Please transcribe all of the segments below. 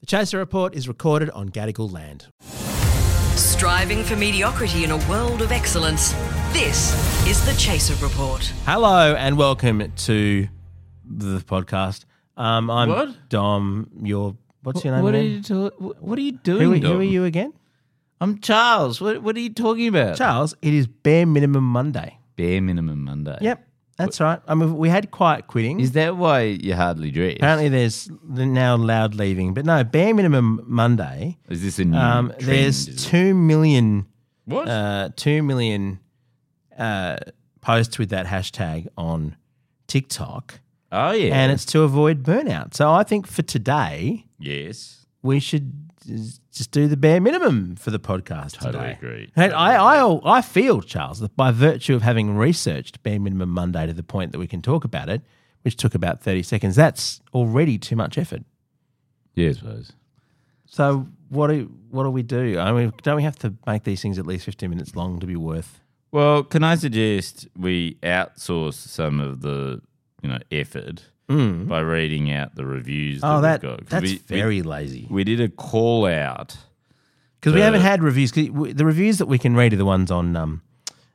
The Chaser Report is recorded on Gadigal land. Striving for mediocrity in a world of excellence. This is the Chaser Report. Hello and welcome to the podcast. Um, I'm What? Dom. Your what's your name? What are again? you do- What are you who, doing? are- who Dom? are you again? I'm Charles. What What are you talking about? Charles. It is bare minimum Monday. Bare minimum Monday. Yep, that's right. I mean, we had quiet quitting. Is that why you hardly dress? Apparently, there's now loud leaving, but no, bare minimum Monday. Is this a new Um, Hmm, trend? there's is it? two million, what? uh, two million uh, posts with that hashtag on TikTok, oh yeah. and it's to avoid burnout. So I think for today, yes. we should just do the bare minimum for the podcast. Totally today. agree. And I, I, I feel, Charles, that by virtue of having researched bare minimum Monday to the point that we can talk about it, which took about thirty seconds, that's already too much effort. Yeah, I suppose. So what do what do we do? I mean, don't we have to make these things at least fifteen minutes long to be worth? Well, can I suggest we outsource some of the you know effort by reading out the reviews? Hmm. Oh, that we've got. 'Cause that's we, very lazy We, we did a call out. because we the- haven't had reviews. 'Cause we- the reviews that we can read are the ones on um,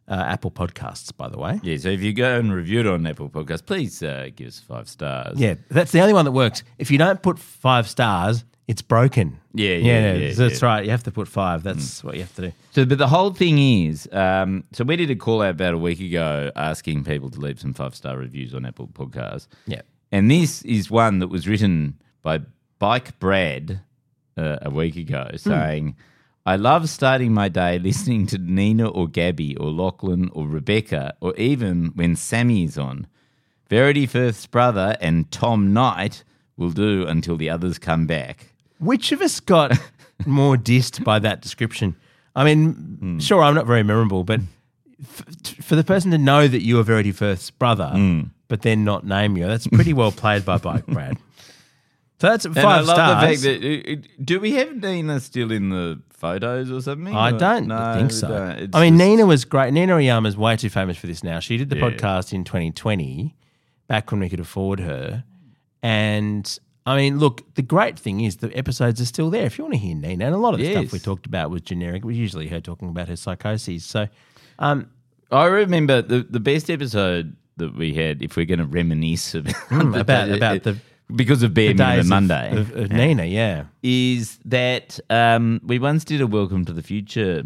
uh, Apple Podcasts, by the way. Yeah, so if you go and review it on Apple Podcasts, please uh, give us five stars. Yeah, that's the only one that works. If you don't put five stars, it's broken. Yeah, yeah, yeah, that's yeah. Mm. right. You have to put five. That's what you have to do. So, but the whole thing is, um, so we did a call out about a week ago asking people to leave some five star reviews on Apple Podcasts. Yeah. And this is one that was written by Bike Brad uh, a week ago saying, I love starting my day listening to Nina or Gabby or Lachlan or Rebecca or even when Sammy is on. Verity Firth's brother and Tom Knight will do until the others come back. Which of us got more dissed by that description? I mean, Mm. sure, I'm not very memorable, but f- for the person to know that you are Verity Firth's brother, Mm. but then not name you, that's pretty well played by Bike Brad. So that's And five I love the stars. fact that it- it- do we have Nina still in the photos or something? I Or- don't No, think we so. don't. It's I mean, just- Nina was great. Nina Oyama's way too famous for this now. She did the Yeah. podcast in 2020, back when we could afford her. And I mean, look, the great thing is the episodes are still there if you want to hear Nina. And a lot of the stuff Yes. we talked about was generic. It was usually her talking about her psychoses. So I remember the, the best episode that we had. If we're going to reminisce about the- about- about the- because of Bear the days Minimum of- Monday, of, of Nina, yeah. is that um, we once did a Welcome to the Future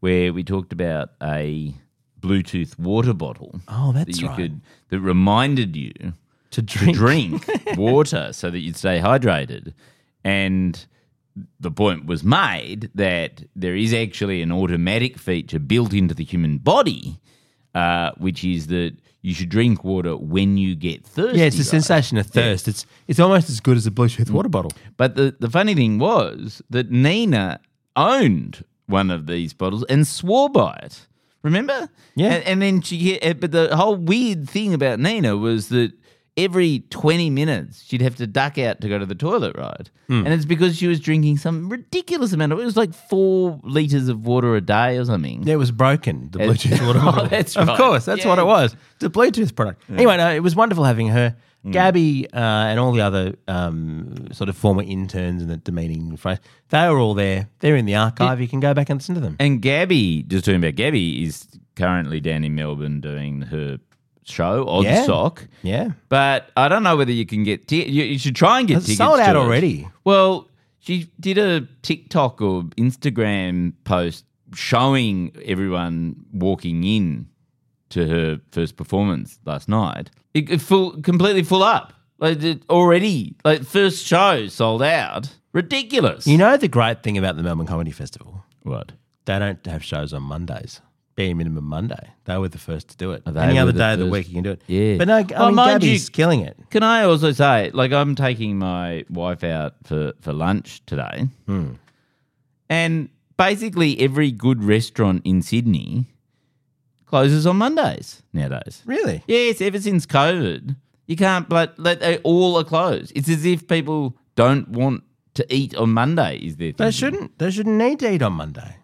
where we talked about a Bluetooth water bottle. Oh, that's that you right. could that reminded you To drink. to drink water so that you'd stay hydrated. And the point was made that there is actually an automatic feature built into the human body, uh, which is that you should drink water when you get thirsty. Yeah, it's a right? sensation of thirst. It's it's almost as good as a Bluetooth water bottle. But the, the funny thing was that Nina owned one of these bottles and swore by it. Remember? Yeah. And, and then she, eh, but the whole weird thing about Nina was that every 20 minutes she'd have to duck out to go to the toilet, right? Hmm. And it's because she was drinking some ridiculous amount of, it was like four litres of water a day or something. It was broken, the It- Bluetooth water Oh, bottle. that's Of right. course, that's what it Yeah. was. It's a Bluetooth product. Anyway, no, it was wonderful having her. Mm. Gabby uh, and all the other um, sort of former interns and the demeaning phrase, they were all there. They're in the archive. you can go back and listen to them. And Gabby, just talking about Gabby, is currently down in Melbourne doing her show, Odd Yeah. Sock. Yeah. But I don't know whether you can get tickets. You, you should try and get It's tickets. sold to out it. already. Well, she did a TikTok or Instagram post showing everyone walking in to her first performance last night. It, it full, completely full up. Like it already, like first show sold out. Ridiculous. You know the great thing about the Melbourne Comedy Festival? what? They don't have shows on Mondays. bare minimum Monday. They were the first to do it. They Any were other the day of the first- week you can do it. Yeah. But no, I Well, mean, mind you- Gabby's killing it. Can I also say, like, I'm taking my wife out for, for lunch today. Hmm. And basically, every good restaurant in Sydney closes on Mondays nowadays. Really? Yes, ever since COVID, you can't but let they all are closed. It's as if people don't want to eat on Monday. Is their They thing. shouldn't. They shouldn't need to eat on Monday.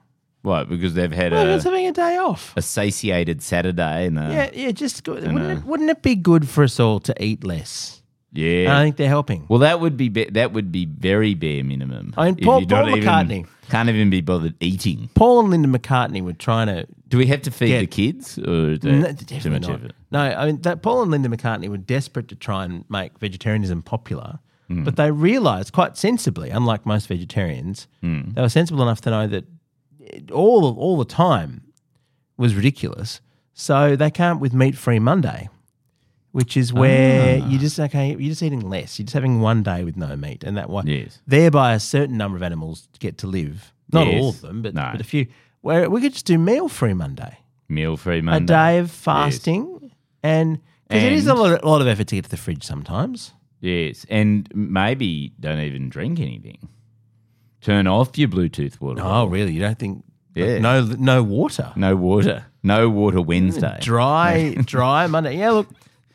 Right, because they've had Well, it's a, having a day off. a satiated Saturday and Yeah, a, yeah. Just go, know. wouldn't it, wouldn't it be good for us all to eat less? yeah. And I think they're helping. Well, that would be, ba- that would be very bare minimum. I mean, If Paul- you're not Paul even- McCartney. can't even be bothered eating. Paul and Linda McCartney were trying to. Do we have to feed Yeah. the kids, or is that No, too definitely much not. effort? No, I mean that Paul and Linda McCartney were desperate to try and make vegetarianism popular, Hmm. but they realised quite sensibly, unlike most vegetarians, Hmm. they were sensible enough to know that it- all all the time was ridiculous. So they came up with meat free Monday, which is where Ah. you just okay, you're just eating less. You're just having one day with no meat, and that one Yes. thereby a certain number of animals get to live. Not Yes. all of them, but, No. but a few. Where we could just do meal free Monday Meal free a Monday. day of fasting uh, and because it is a And- lot, a lot of effort to get to the fridge sometimes. Yes, and maybe don't even drink anything. Turn off your Bluetooth water. Oh, really? You don't think? Yeah. No, no water. No water. No water Wednesday. Dry, dry Monday. Yeah, look,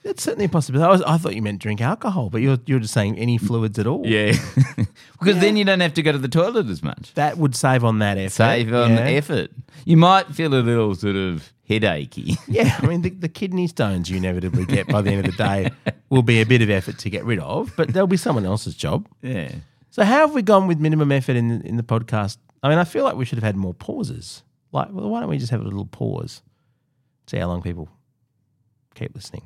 that's certainly a possibility. I, was, I thought you meant drink alcohol, but you're you're just saying any fluids at all. yeah, because then you don't have to go to the toilet as much. That would save on that effort. Save on yeah. effort. You might feel a little sort of headachy. Yeah, I mean the, the kidney stones you inevitably get by the end of the day will be a bit of effort to get rid of, but there'll be someone else's job. yeah. So how have we gone with minimum effort in in the podcast? I mean, I feel like we should have had more pauses. Like, well, why don't we just have a little pause? See how long people keep listening.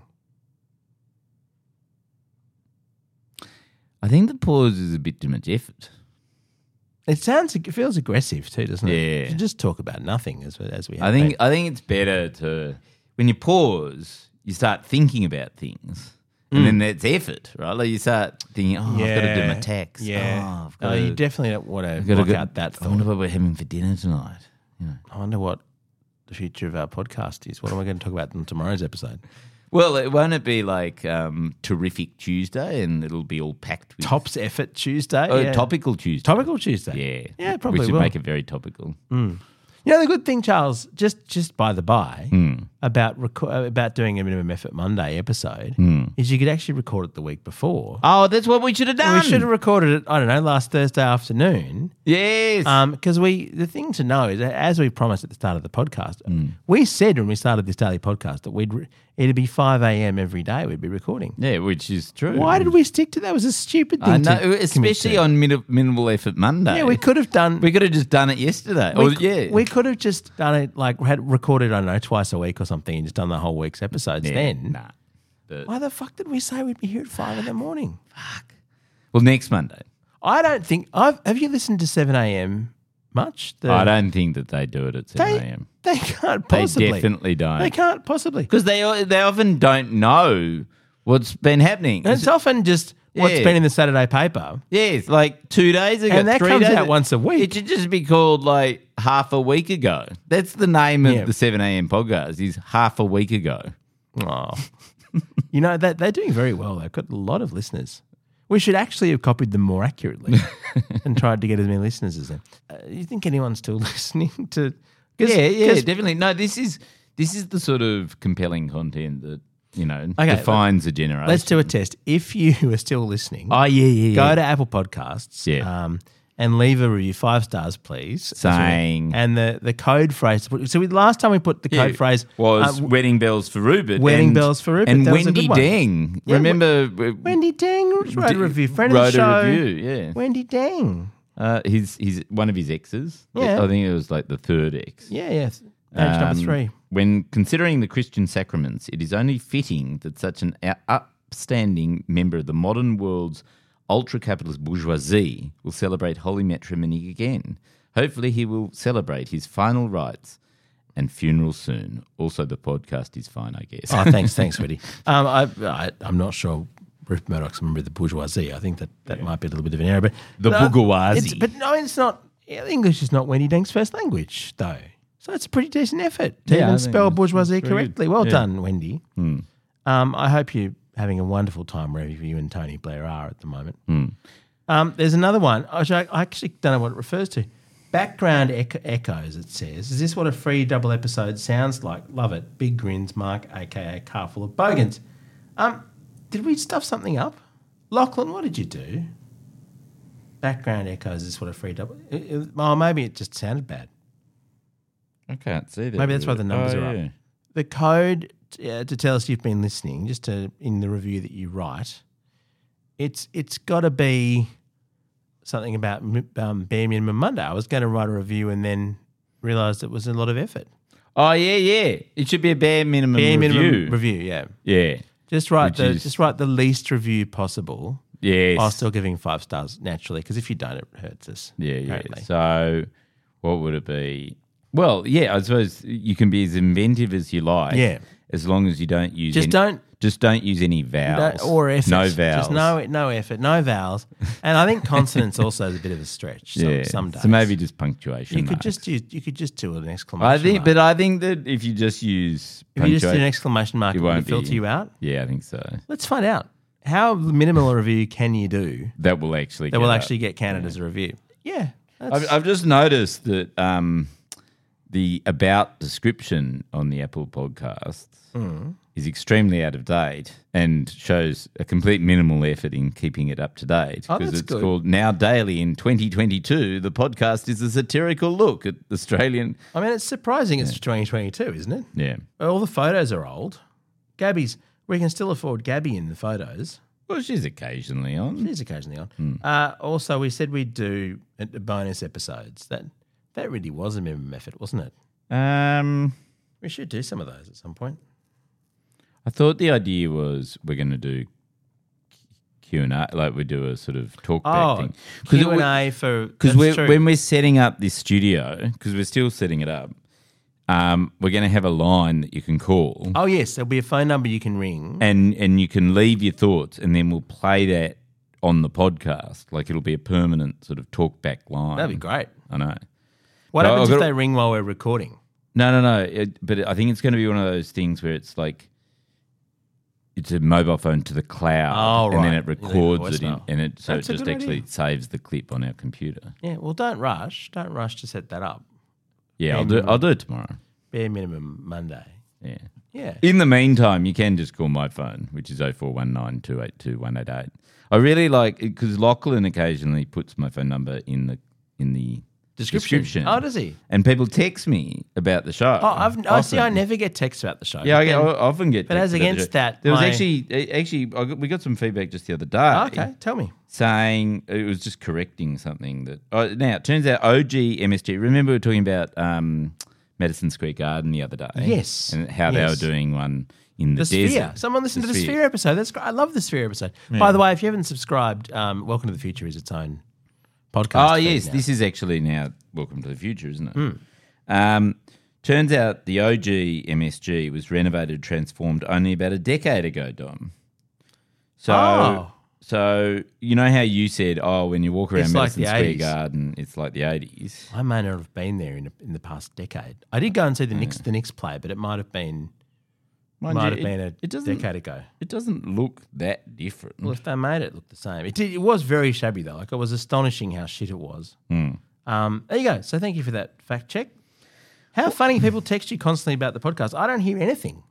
I think the pause is a bit too much effort. It sounds it feels aggressive too, doesn't it? Yeah. We should just talk about nothing as as we. Have I think been. I think it's better to when you pause, you start thinking about things. And then that's effort, right? Like you start thinking, oh, I've got to do my tax. Mm. Yeah. Oh, I've Oh, got you to, definitely don't want to I've got to block go- out that I thought. wonder what we're having for dinner tonight. I wonder what the future of our podcast is. What am I going to talk about in tomorrow's episode? Well, it won't it be like um, terrific Tuesday, and it'll be all packed with Tops effort Tuesday. oh, yeah. topical Tuesday, Topical Tuesday. yeah, Yeah, probably which would will. make it very topical. You know the good thing, Charles, just just by the by, Hmm. about reco- uh, about doing a minimum effort Monday episode Hmm. is you could actually record it the week before. Oh, that's what we should have done. We should have recorded it. I don't know last Thursday afternoon. yes, Because we, the thing to know is, that as we promised at the start of the podcast, Hmm. we said when we started this daily podcast that we'd re- it'd be five a.m. every day we'd be recording. yeah, which is true. Why did we stick to that? It was a stupid thing. I to know, commit especially to. on min- minimal effort Monday. yeah, we could have done. We could have just done it yesterday. We, or, c- yeah. we could have just done it like had recorded, I don't know, twice a week or something and just done the whole week's episodes Yeah, then. Nah. But- Why the fuck did we say we'd be here at five in the morning? well, next Monday. I don't think I've have you listened to seven AM much? The- I don't think that they do it at 7 they, a.m. they can't They possibly definitely They don't. can't possibly. Because they, o- they often don't know what's been happening. And it's often just what's Yeah. been in the Saturday paper. yes, like two days ago. And that three comes days out ago. once a week. It should just be called like half a week ago. That's the name of Yeah. the 7 a.m. podcast is half a week ago. Oh. you know, that they're doing very well. They've got a lot of listeners. We should actually have copied them more accurately and tried to get as many listeners as them. Uh, you think anyone's still listening to? 'cause- Yeah, yeah, 'cause- definitely. No, this is this is the sort of compelling content that, you know, Okay, defines a generation. Let's do a test. If you are still listening, Oh, yeah, yeah, yeah. go to Apple Podcasts Yeah. um, and leave a review, five stars, please. Saying- and the, the code phrase. to put- So we, last time we put the code Yeah, phrase was uh, wedding bells for Rupert. Wedding and- Bells for Rupert, and that was a Wendy good one. Dang. Yeah, Remember w- Wendy Dang wrote a d- review. Friend wrote of the show. a review. Yeah, Wendy Dang. uh, his his one of his exes. Yeah. I think it was like the third ex. Yeah, yeah. Page number Um, three. When considering the Christian sacraments, it is only fitting that such an ou- upstanding member of the modern world's ultra capitalist bourgeoisie will celebrate holy matrimony again. Hopefully, he will celebrate his final rites and funeral soon. Also, the podcast is fine, I guess. Oh, thanks, thanks, sweetie. Um, I, I, I'm not sure Rupert Murdoch's a member of the bourgeoisie. I think that, that might be a little bit of an error, but The no, bourgeoisie. it's- But no, it's not. English is not Wendy Dang's first language, though. So it's a pretty decent effort to Yeah, I even think spell it's- bourgeoisie it's pretty good. correctly. Well Yeah. Hmm. done, Wendy. Um, I hope you're having a wonderful time wherever you and Tony Blair are at the moment. Hmm. Um, there's another one. Which I, I actually don't know what it refers to. Background ec- echoes. It says, "Is this what a free double episode sounds like?" Love it. Big grins, Mark, aka Car Full of Bogans. Um, did we stuff something up? Lachlan, what did you do? Background echoes is what a free double. it- it- oh, maybe it just sounded bad. I can't see that. Oh, Maybe that's why the numbers are up. The code uh, to tell us you've been listening, just to, in the review that you write, it's it's got to be something about m- um, bare minimum Monday. I was going to write a review and then realised it was a lot of effort. Oh yeah, yeah. It should be a bare minimum Bare review. minimum review, yeah. yeah, Just write Which the is- just write the least review possible yes. while still giving five stars naturally, because if you don't, it hurts us. Yeah, yeah. apparently. So, what would it be? Well, yeah, I suppose you can be as inventive as you like. Yeah. as long as you don't use Just any- don't- just don't use any No- vowels or effort. No vowels. Just no, no effort, no vowels. And I think consonants also is a bit of a stretch. Some, Yeah. some days. So maybe just punctuation. you could marks. just use, you could just do an exclamation. I think, mark. but I think that if you just use if you just do punctuation, an exclamation mark, it it will won't be- filter you out. yeah, I think so. Let's find out how minimal a review can you do That will actually that get will up. actually get counted as a review. Yeah, that's, I've, I've just noticed that um, the about description on the Apple Podcasts Hmm. is extremely out of date and shows a complete minimal effort in keeping it up to date Oh, that's it's good. called Now Daily in 2022. The podcast is a satirical look at Australian. I mean, it's surprising. It's 2022, isn't it? Yeah. All the photos are old. Gabby's. We can still afford Gabby in the photos. Well, she's occasionally on. It is occasionally on. Hmm. Uh, also, we said we'd do uh, bonus episodes. That that really was a minimum effort, wasn't it? Um, We should do some of those at some point. I thought the idea was we're going to do Q and A, like we do a sort of talk back Oh, thing. 'Cause it Q and would- A for because that's true. when we're setting up this studio, because we're still setting it up, um, we're going to have a line that you can call, oh yes, there'll be a phone number you can ring. and and you can leave your thoughts, and then we'll play that on the podcast. Like it'll be a permanent sort of talk back line. That'd be great. I know. What No, happens I've if got- they ring while we're recording? No, no, no. It, but I think it's going to be one of those things where it's like it's a mobile phone to the cloud, Oh, and then right. it You leave a records it, in, voicemail. and it so That's a it just good actually idea. saves the clip on our computer. Yeah, well, don't rush. Don't rush to set that up. Yeah, I'll do. And- I'll do it tomorrow. Bare minimum Monday. Yeah. Yeah. In the meantime, you can just call my phone, which is 0419 282 188. I really like it because Lachlan occasionally puts my phone number in the in the description. Oh, does he? And people text me about the show. Oh, I've, I see. I often. never get texts about the show. Yeah, I, get, I Then- often get. But as texts about the against show. that, there was my- Oh, actually a- actually I got, we got some feedback just the other day. okay, tell me. saying it was just correcting something that. Oh, now it turns out OG MSG. Remember we were talking about um, Madison Square Garden the other day. Yes. and how they Yes. were doing one in the, The desert. Sphere. Someone listened to the Sphere. Sphere episode. That's great. I love the Sphere episode. By the way, if you haven't subscribed, um, Welcome to the Future is its own podcast. Oh feed yes, now. Hmm. this is actually now Welcome to the Future, isn't it? Um, turns out the OG MSG was renovated, transformed only about a decade ago, Dom. So, Oh. so you know how you said, oh, when you walk around It's like Madison the Square 80s. Garden, it's like the eighties. I may not have been there in, in the past decade. I did go and see the Knicks the Knicks play, but it might have been might have been a it doesn't decade ago. it doesn't look that different. Well, if they made it look the same, it did, it was very shabby though. Like it was astonishing how shit it was. Um, there you go. So thank you for that fact check. How funny people text you constantly about the podcast. I don't hear anything.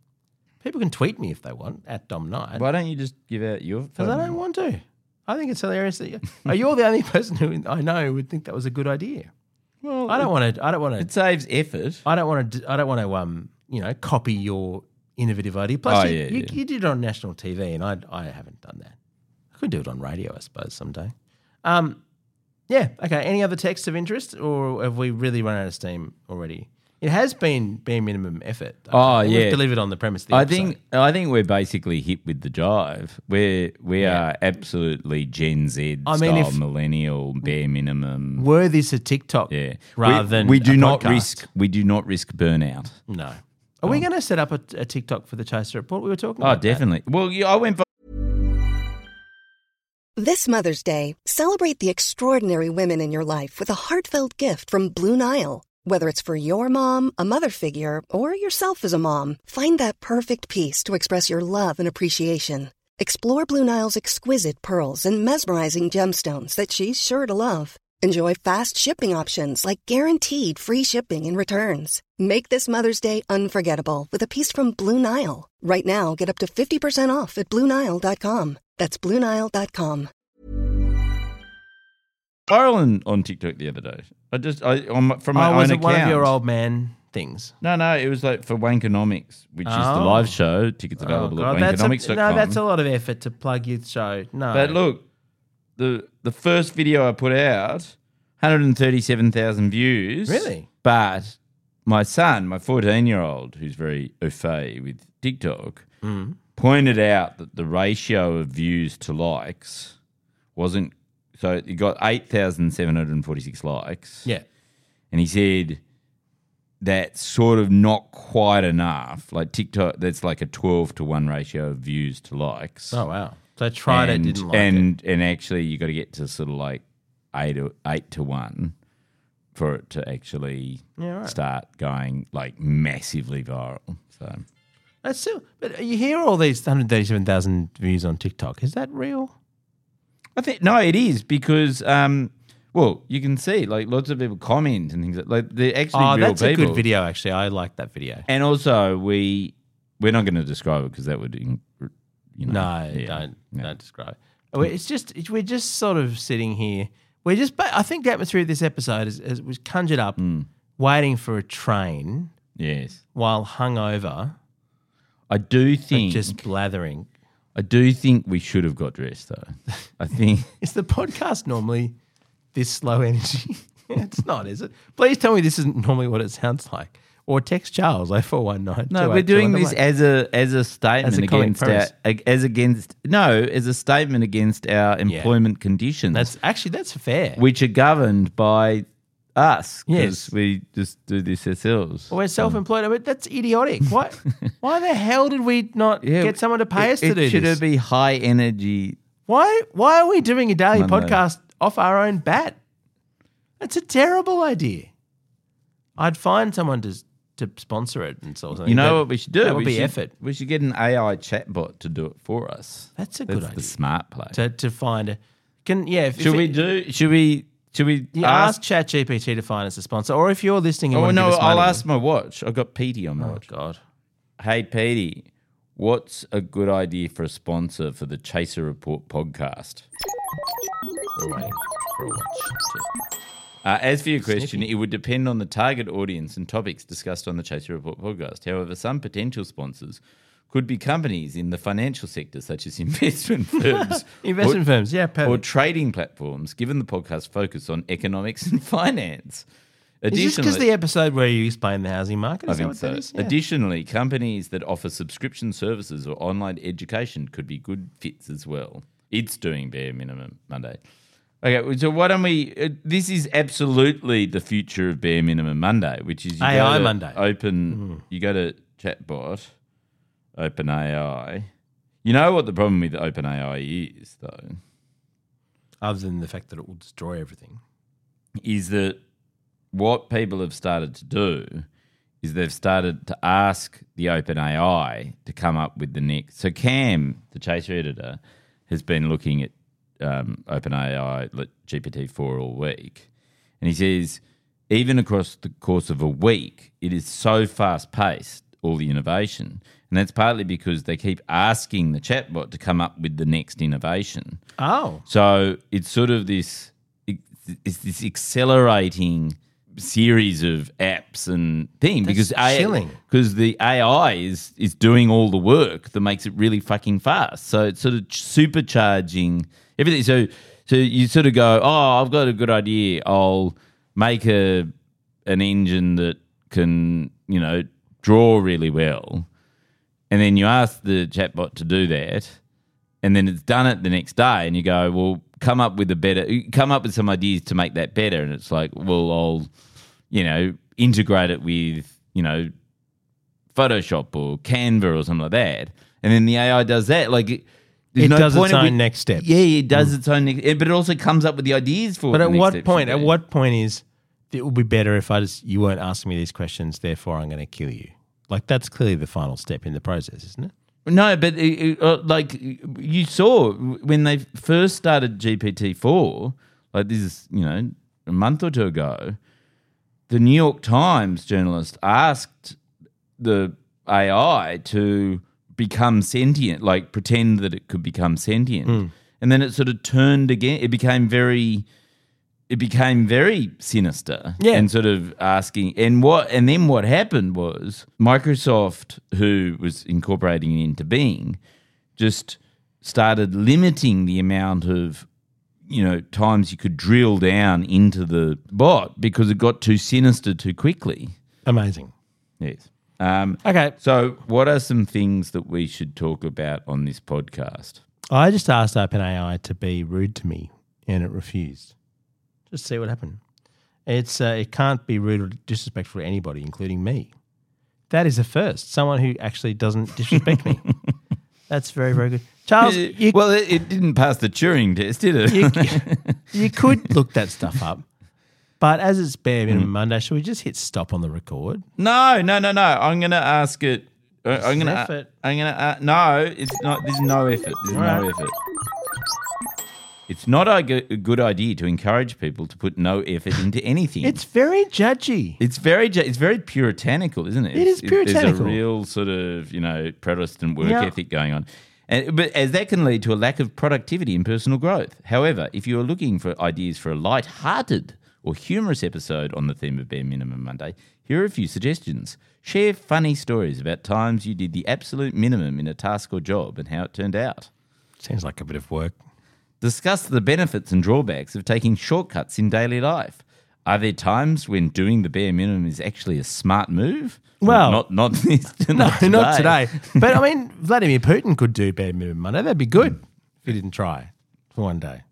People can tweet me if they want at Dom Knight. Why don't you just give out your? Because I don't want to. I think it's hilarious that you, are you're the only person who I know who would think that was a good idea. Well, I don't want to. I don't want It to. saves effort. I don't want to. I don't want to. Um, you know, copy your innovative idea. Plus, Oh, you, yeah, you, yeah. you did it on national TV, and I I haven't done that. I could do it on radio, I suppose, someday. Um, yeah. Okay. Any other texts of interest, or have we really run out of steam already? It has been bare minimum effort. though. Oh, We've yeah. delivered on the premise. Of the I episode. think I think we're basically hit with the jive. We're we are absolutely Gen Z I mean, style if- millennial bare minimum. were this a TikTok Yeah, rather we, than we a do not podcast? risk we do not risk burnout. No. Are we going to set up a, a TikTok for the Chaser Report? We were talking Oh, about. that. definitely. Well, yeah, I went. This Mother's Day, celebrate the extraordinary women in your life with a heartfelt gift from Blue Nile. Whether it's for your mom, a mother figure, or yourself as a mom, find that perfect piece to express your love and appreciation. Explore Blue Nile's exquisite pearls and mesmerizing gemstones that she's sure to love. Enjoy fast shipping options like guaranteed free shipping and returns. Make this Mother's Day unforgettable with a piece from Blue Nile. Right now, get up to 50% off at BlueNile.com. That's BlueNile.com. Viral on, on TikTok the other day. I just I on, my- from my oh, own was it account. one of your old man things? No, no, it was like for Wankonomics, which is the Oh. live show. Tickets Oh, available God, at that's a, wankonomics.com. no, that's a lot of effort to plug your show. No, But look, the the first video I put out, 137,000 views. Really? But my son, my 14 year old, who's very au fait with TikTok, Mm. pointed out that the ratio of views to likes wasn't. So it got 8,746 likes. yeah, And he said that's sort of not quite enough. Like TikTok, that's like a 12 to 1 ratio of views to likes oh wow. So I tried and, it, didn't like it. and, And actually, you got to get to sort of like eight or eight to one for it to actually start going like massively viral. So That's still, but you hear all these 137,000 views on TikTok. Is that real? I think no, it is because um, well, you can see like lots of people comment and things like, like they're actually Oh, real that's people. a good video. Actually, I like that video. And also, we we're not going to describe it because that would in- you know No, yeah, don't yeah. don't describe. Oh, It's just it's, we're just sort of sitting here. We're just. But I think the atmosphere of this episode is, is was conjured up, Mm. waiting for a train yes. while hungover, I do but think just blathering. I do think we should have got dressed though. I think Is the podcast normally this slow energy? it's not, is it? Please tell me this isn't normally what it sounds like. Or text Charles oh four one nine. No, we're doing this as a as a statement As a comic against our, premise. ag- as against no as a statement against our employment conditions, That's actually that's fair. We, which are governed by us. 'cause Yes. we just do this ourselves. we're self-employed, but that's idiotic. Why? why the hell did we not Yeah, get someone to pay it- us to it do should this? be high energy. Why why are we doing a daily Monday. podcast off our own bat? That's a terrible idea. I'd find someone to to sponsor it and so You know what we should do? That would we be should, effort. We should get an AI chatbot to do it for us. That's a That's good the idea. smart play. To to find a can yeah. If, should if we it- do? Should we? Should we you ask, ask? ChatGPT to find us a sponsor, or if you're listening, and Oh wanna no! give us I'll money- ask my watch. I've got Petey on my Oh watch. God, Hey, Petey, what's a good idea for a sponsor for the Chaser Report podcast? Uh, as for your question, it would depend on the target audience and topics discussed on the Chaser Report podcast. However, some potential sponsors could be companies in the financial sector, such as investment firms, investment or, firms, yeah, or perfect. trading platforms. Given the podcast focus on economics and finance, Is this because Additionally- the episode where you explain the housing market? Is that what that is? Yeah. Additionally, companies that offer subscription services or online education could be good fits as well. It's doing bare minimum Monday. Okay, well, so why don't we? Uh, this is absolutely the future of bare minimum Monday, which is you AI go to Monday. Mm-hmm. Open, you go to chatbot, open AI. You know what the problem with open AI is, though, Other than the fact that it will destroy everything. is that what people have started to do is they've started to ask the open AI to come up with the next. So Cam, the Chaser editor, has been looking at um, open AI, like GPT-4 all week. And he says, even across the course of a week, it is so fast paced, all the innovation. And that's partly because they keep asking the chatbot to come up with the next innovation. Oh, So it's sort of this it's this accelerating series of apps and thing because chilling. because the AI is is doing all the work that makes it really fucking fast. So it's sort of supercharging everything. So so you sort of go, oh, I've got a good idea. I'll make a an engine that can you know draw really well, and then you ask the chatbot to do that and then it's done it the next day, and you go, well, come up with a better, come up with some ideas to make that better, and it's like, well, I'll, you know, integrate it with, you know, Photoshop or Canva or something like that, and then the AI does that, like. it- there's It does its in own which- next step. Mm. Yeah, it does its own next, but it also comes up with the ideas for. but the at next what step should point? At be. what point is it would be better if I just you weren't asking me these questions. Therefore, I'm going to kill you. Like that's clearly the final step in the process, isn't it? No, but it, it, uh, like you saw when they first started GPT four, like this is you know a month or two ago, the New York Times journalist asked the AI to become sentient, like pretend that it could become sentient, and then it sort of turned again. It became very, it became very sinister, Yeah. and sort of asking and what and then what happened was Microsoft, who was incorporating it into Bing, just started limiting the amount of you know times you could drill down into the bot because it got too sinister too quickly. Amazing. Yes. Um, Okay, so, what are some things that we should talk about on this podcast? I just asked OpenAI to be rude to me, and it refused. Just see what happened. It's uh, it can't be rude or disrespectful to anybody, including me. That is a first. Someone who actually doesn't disrespect me. That's very very good, Charles. You, well, it, it didn't pass the Turing test, did it? you, you could look that stuff up, but as it's bare minimum Monday, should we just hit stop on the record? no, no, no, no. I'm going to ask it. uh, I'm going to. effort. I'm going to. Uh, no, it's not. There's no effort. There's no Alright. effort. It's not a go- a good idea to encourage people to put no effort into anything. It's very judgy. It's very ju- it's very puritanical, isn't it? It is It's- There's a puritanical. real sort of you know Protestant work Yeah. ethic going on, and, but as that can lead to a lack of productivity and personal growth. However, if you are looking for ideas for a light-hearted or humorous episode on the theme of bare minimum Monday, here are a few suggestions. Share funny stories about times you did the absolute minimum in a task or job and how it turned out. Seems like a bit of work. Discuss the benefits and drawbacks of taking shortcuts in daily life. Are there times when doing the bare minimum is actually a smart move? Well- not not this, not, No, today. not today. But I mean, Vladimir Putin could do bare minimum Monday. That'd be good if he didn't try for one day.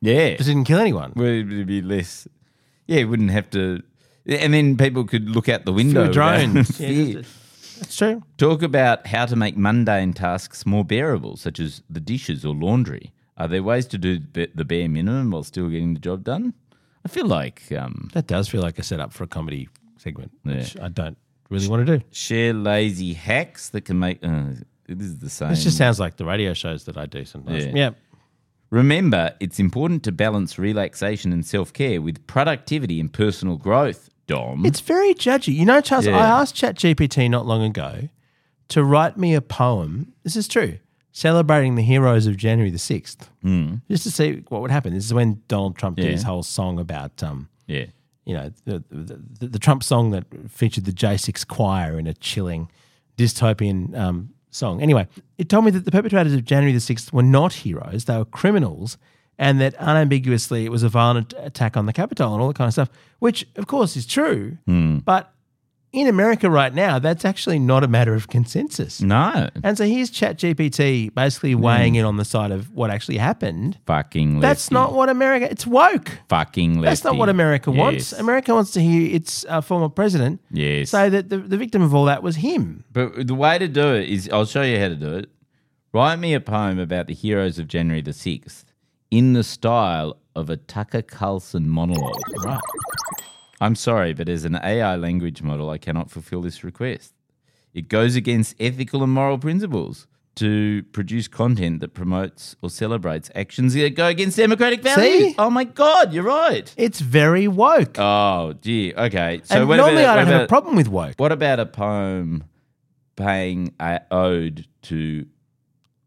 Yeah, Just didn't kill anyone. well, it'd be less. Yeah, it wouldn't have to. And then people could look out the window. Fewer drones. without- Yeah, that's That's true. Talk about how to make mundane tasks more bearable, such as the dishes or laundry. Are there ways to do the the bare minimum while still getting the job done? I feel like um, That does feel like a setup for a comedy segment, which I don't really want to do. share lazy hacks that can make. Uh, this is the same. This just sounds like the radio shows that I do sometimes. Yeah. Hmm. Yeah. Remember, it's important to balance relaxation and self care with productivity and personal growth, Dom. It's very judgy. You know, Charles, Yeah. I asked ChatGPT not long ago to write me a poem. This is true. Celebrating the heroes of January the 6th, mm. just to see what would happen. This is when Donald Trump Hmm. Yeah. did his whole song about um, yeah. you know, the, the, the, the Trump song that featured the J6 choir in a chilling dystopian um, song. Anyway, it told me that the perpetrators of January the 6th were not heroes, they were criminals, and that unambiguously it was a violent attack on the Capitol and all that kind of stuff, which of course is true. But in America right now, that's actually not a matter of Hmm. consensus. No. And so here's ChatGPT basically weighing in on the side of what actually happened. Fucking lefty. That's not what America, it's woke. Fucking lefty. That's not what America wants. Yes. America wants to hear its uh, former president Yes. say that the, the victim of all that was him. But the way to do it is I'll show you how to do it. Write me a poem about the heroes of January the 6th in the style of a Tucker Carlson monologue. Right. I'm sorry, but as an AI language model, I cannot fulfill this request. It goes against ethical and moral principles to produce content that promotes or celebrates actions that go against democratic values. See? Oh my God, you're right. It's very woke. Oh, gee. Okay. So and what normally about, I what don't have a about- problem with woke. What about a poem paying a ode to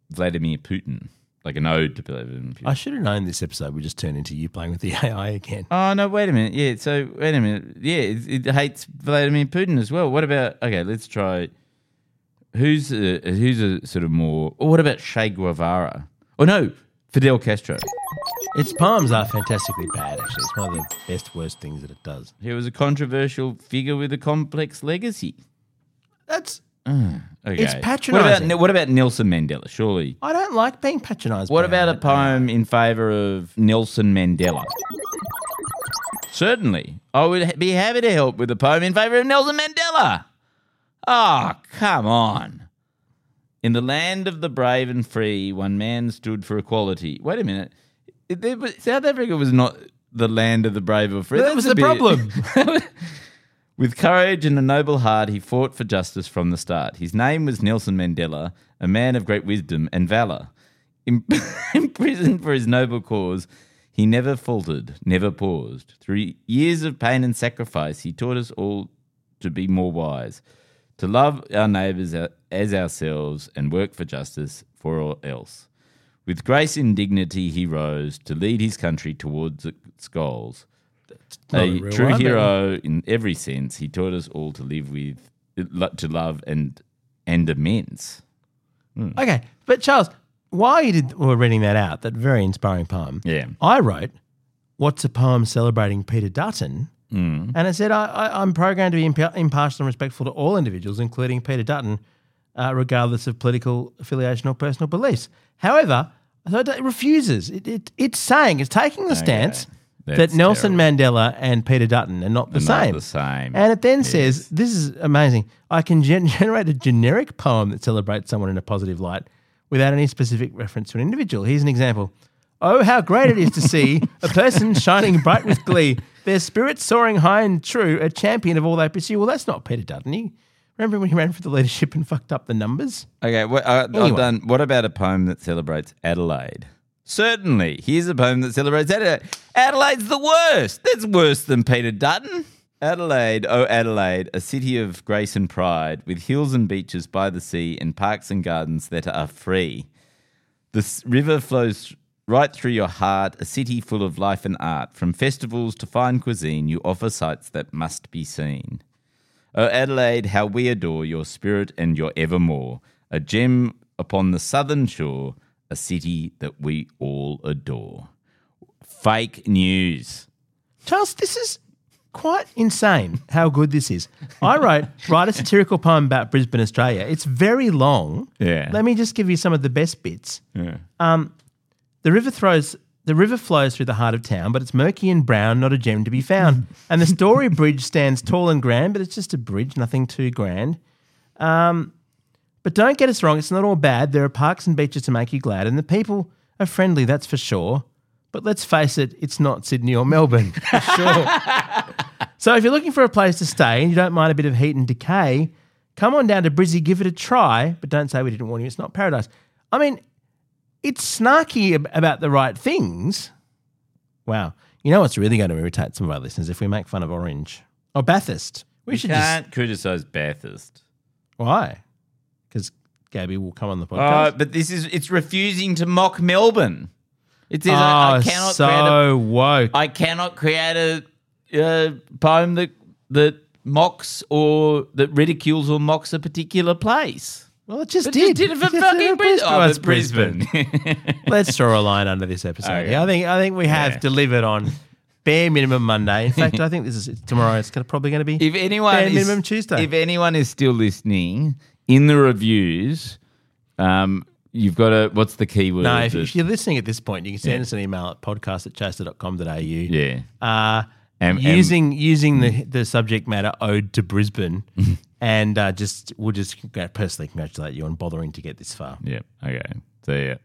Vladimir Putin? Like an ode to Vladimir Putin. I should have known this episode would just turn into you playing with the AI again. Oh no! Wait a minute. Yeah. So wait a minute. Yeah, it, it hates Vladimir Putin as well. What about? Okay, let's try. Who's a, who's a sort of more? Or what about Che Guevara? Oh no, Fidel Castro. Its poems are fantastically bad, actually. It's one of the best, worst things that it does. He was a controversial figure with a complex legacy. That's. Okay. It's What patronising. about, what about Nelson Mandela? Surely. I don't like being patronised. What by about a that. poem in favour of Nelson Mandela? Certainly, I would ha- be happy to help with a poem in favour of Nelson Mandela. Oh, come on. In the land of the brave and free, one man stood for equality. Wait a minute. It- there was- South Africa was not the land of the brave or free. That was a the bit- problem. With courage and a noble heart, he fought for justice from the start. His name was Nelson Mandela, a man of great wisdom and valor. Im- Imprisoned for his noble cause, he never faltered, never paused. Through years of pain and sacrifice, he taught us all to be more wise, to love our neighbors as ourselves, and work for justice for all else. With grace and dignity, he rose to lead his country towards its goals Not a a real true one, eh? but- hero in every sense. He taught us all to live with, lo- to love and and amends. Okay, but Charles, while you did, were reading that out, that very inspiring poem, Yeah. I wrote, "What's a poem celebrating Peter Dutton?" Mm. And it said, I, I, "I'm programmed to be impa- impartial and respectful to all individuals, including Peter Dutton, uh, regardless of political affiliation or personal beliefs." However, I thought it refuses. It, it it's saying it's taking the stance that That's Nelson Mandela and Peter Dutton are not the They're not same. the same. And it then says, "This is amazing. I can gen- generate a generic poem that celebrates someone in a positive light, without any specific reference to an individual." Here's an example: "Oh, how great it is to see a person shining bright with glee, their spirits soaring high and true, a champion of all they pursue." Well, that's not Peter Dutton. He, remember when he ran for the leadership and fucked up the numbers? Okay, well, I, Anyway. I've done. What about a poem that celebrates Adelaide? Certainly, here's a poem that celebrates Adelaide. Adelaide's the worst. That's worse than Peter Dutton. Adelaide, oh Adelaide, a city of grace and pride, with hills and beaches by the sea and parks and gardens that are free. The s- river flows right through your heart, a city full of life and art. From festivals to fine cuisine, you offer sights that must be seen. O Adelaide, how we adore your spirit and your evermore, a gem upon the southern shore, a city that we all adore. Fake news. Charles, this is quite insane how good this is. I wrote write a satirical poem about Brisbane, Australia. It's very long. Yeah. Let me just give you some of the best bits. Yeah. Um, the river throws the river flows through the heart of town, but it's murky and brown, not a gem to be found. and the Story Bridge stands tall and grand, but it's just a bridge, nothing too grand. Um, But don't get us wrong, it's not all bad. There are parks and beaches to make you glad, and the people are friendly, that's for sure. But let's face it, it's not Sydney or Melbourne, for sure. so if you're looking for a place to stay and you don't mind a bit of heat and decay, come on down to Brizzy, give it a try, but don't say we didn't warn you, it's not paradise. I mean, it's snarky ab- about the right things. Wow. You know what's really going to irritate some of our listeners if we make fun of Orange or Bathurst? We We should just. can't criticize Bathurst. Why? Because Gabby will come on the podcast. Oh, but this is it's refusing to mock Melbourne. It says I, I cannot Oh, so create a, woke. I cannot create a uh, poem that that mocks or that ridicules or mocks a particular place. well, it just But did. did it for It just fucking did. Brisbane. Oh, Oh, it's but Brisbane. Let's draw a line under this episode. Okay. Yeah, I think I think we have Yeah. delivered on bare minimum Monday. In fact, I think this is it's tomorrow. It's gonna, probably going to be If anyone bare is, minimum Tuesday. If anyone is still listening in the reviews, um, you've got to. What's the keyword? no, if, that- if you're listening at this point, you can send us an email at podcast at chaser.com.au. yeah. Uh, And- and- using using the the subject matter ode to Brisbane, and uh, just we'll just congrat- personally congratulate you on bothering to get this far. Yeah. Okay. So yeah.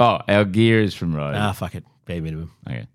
Oh, our gear is from Rhodes. Ah, fuck it, bare minimum. okay.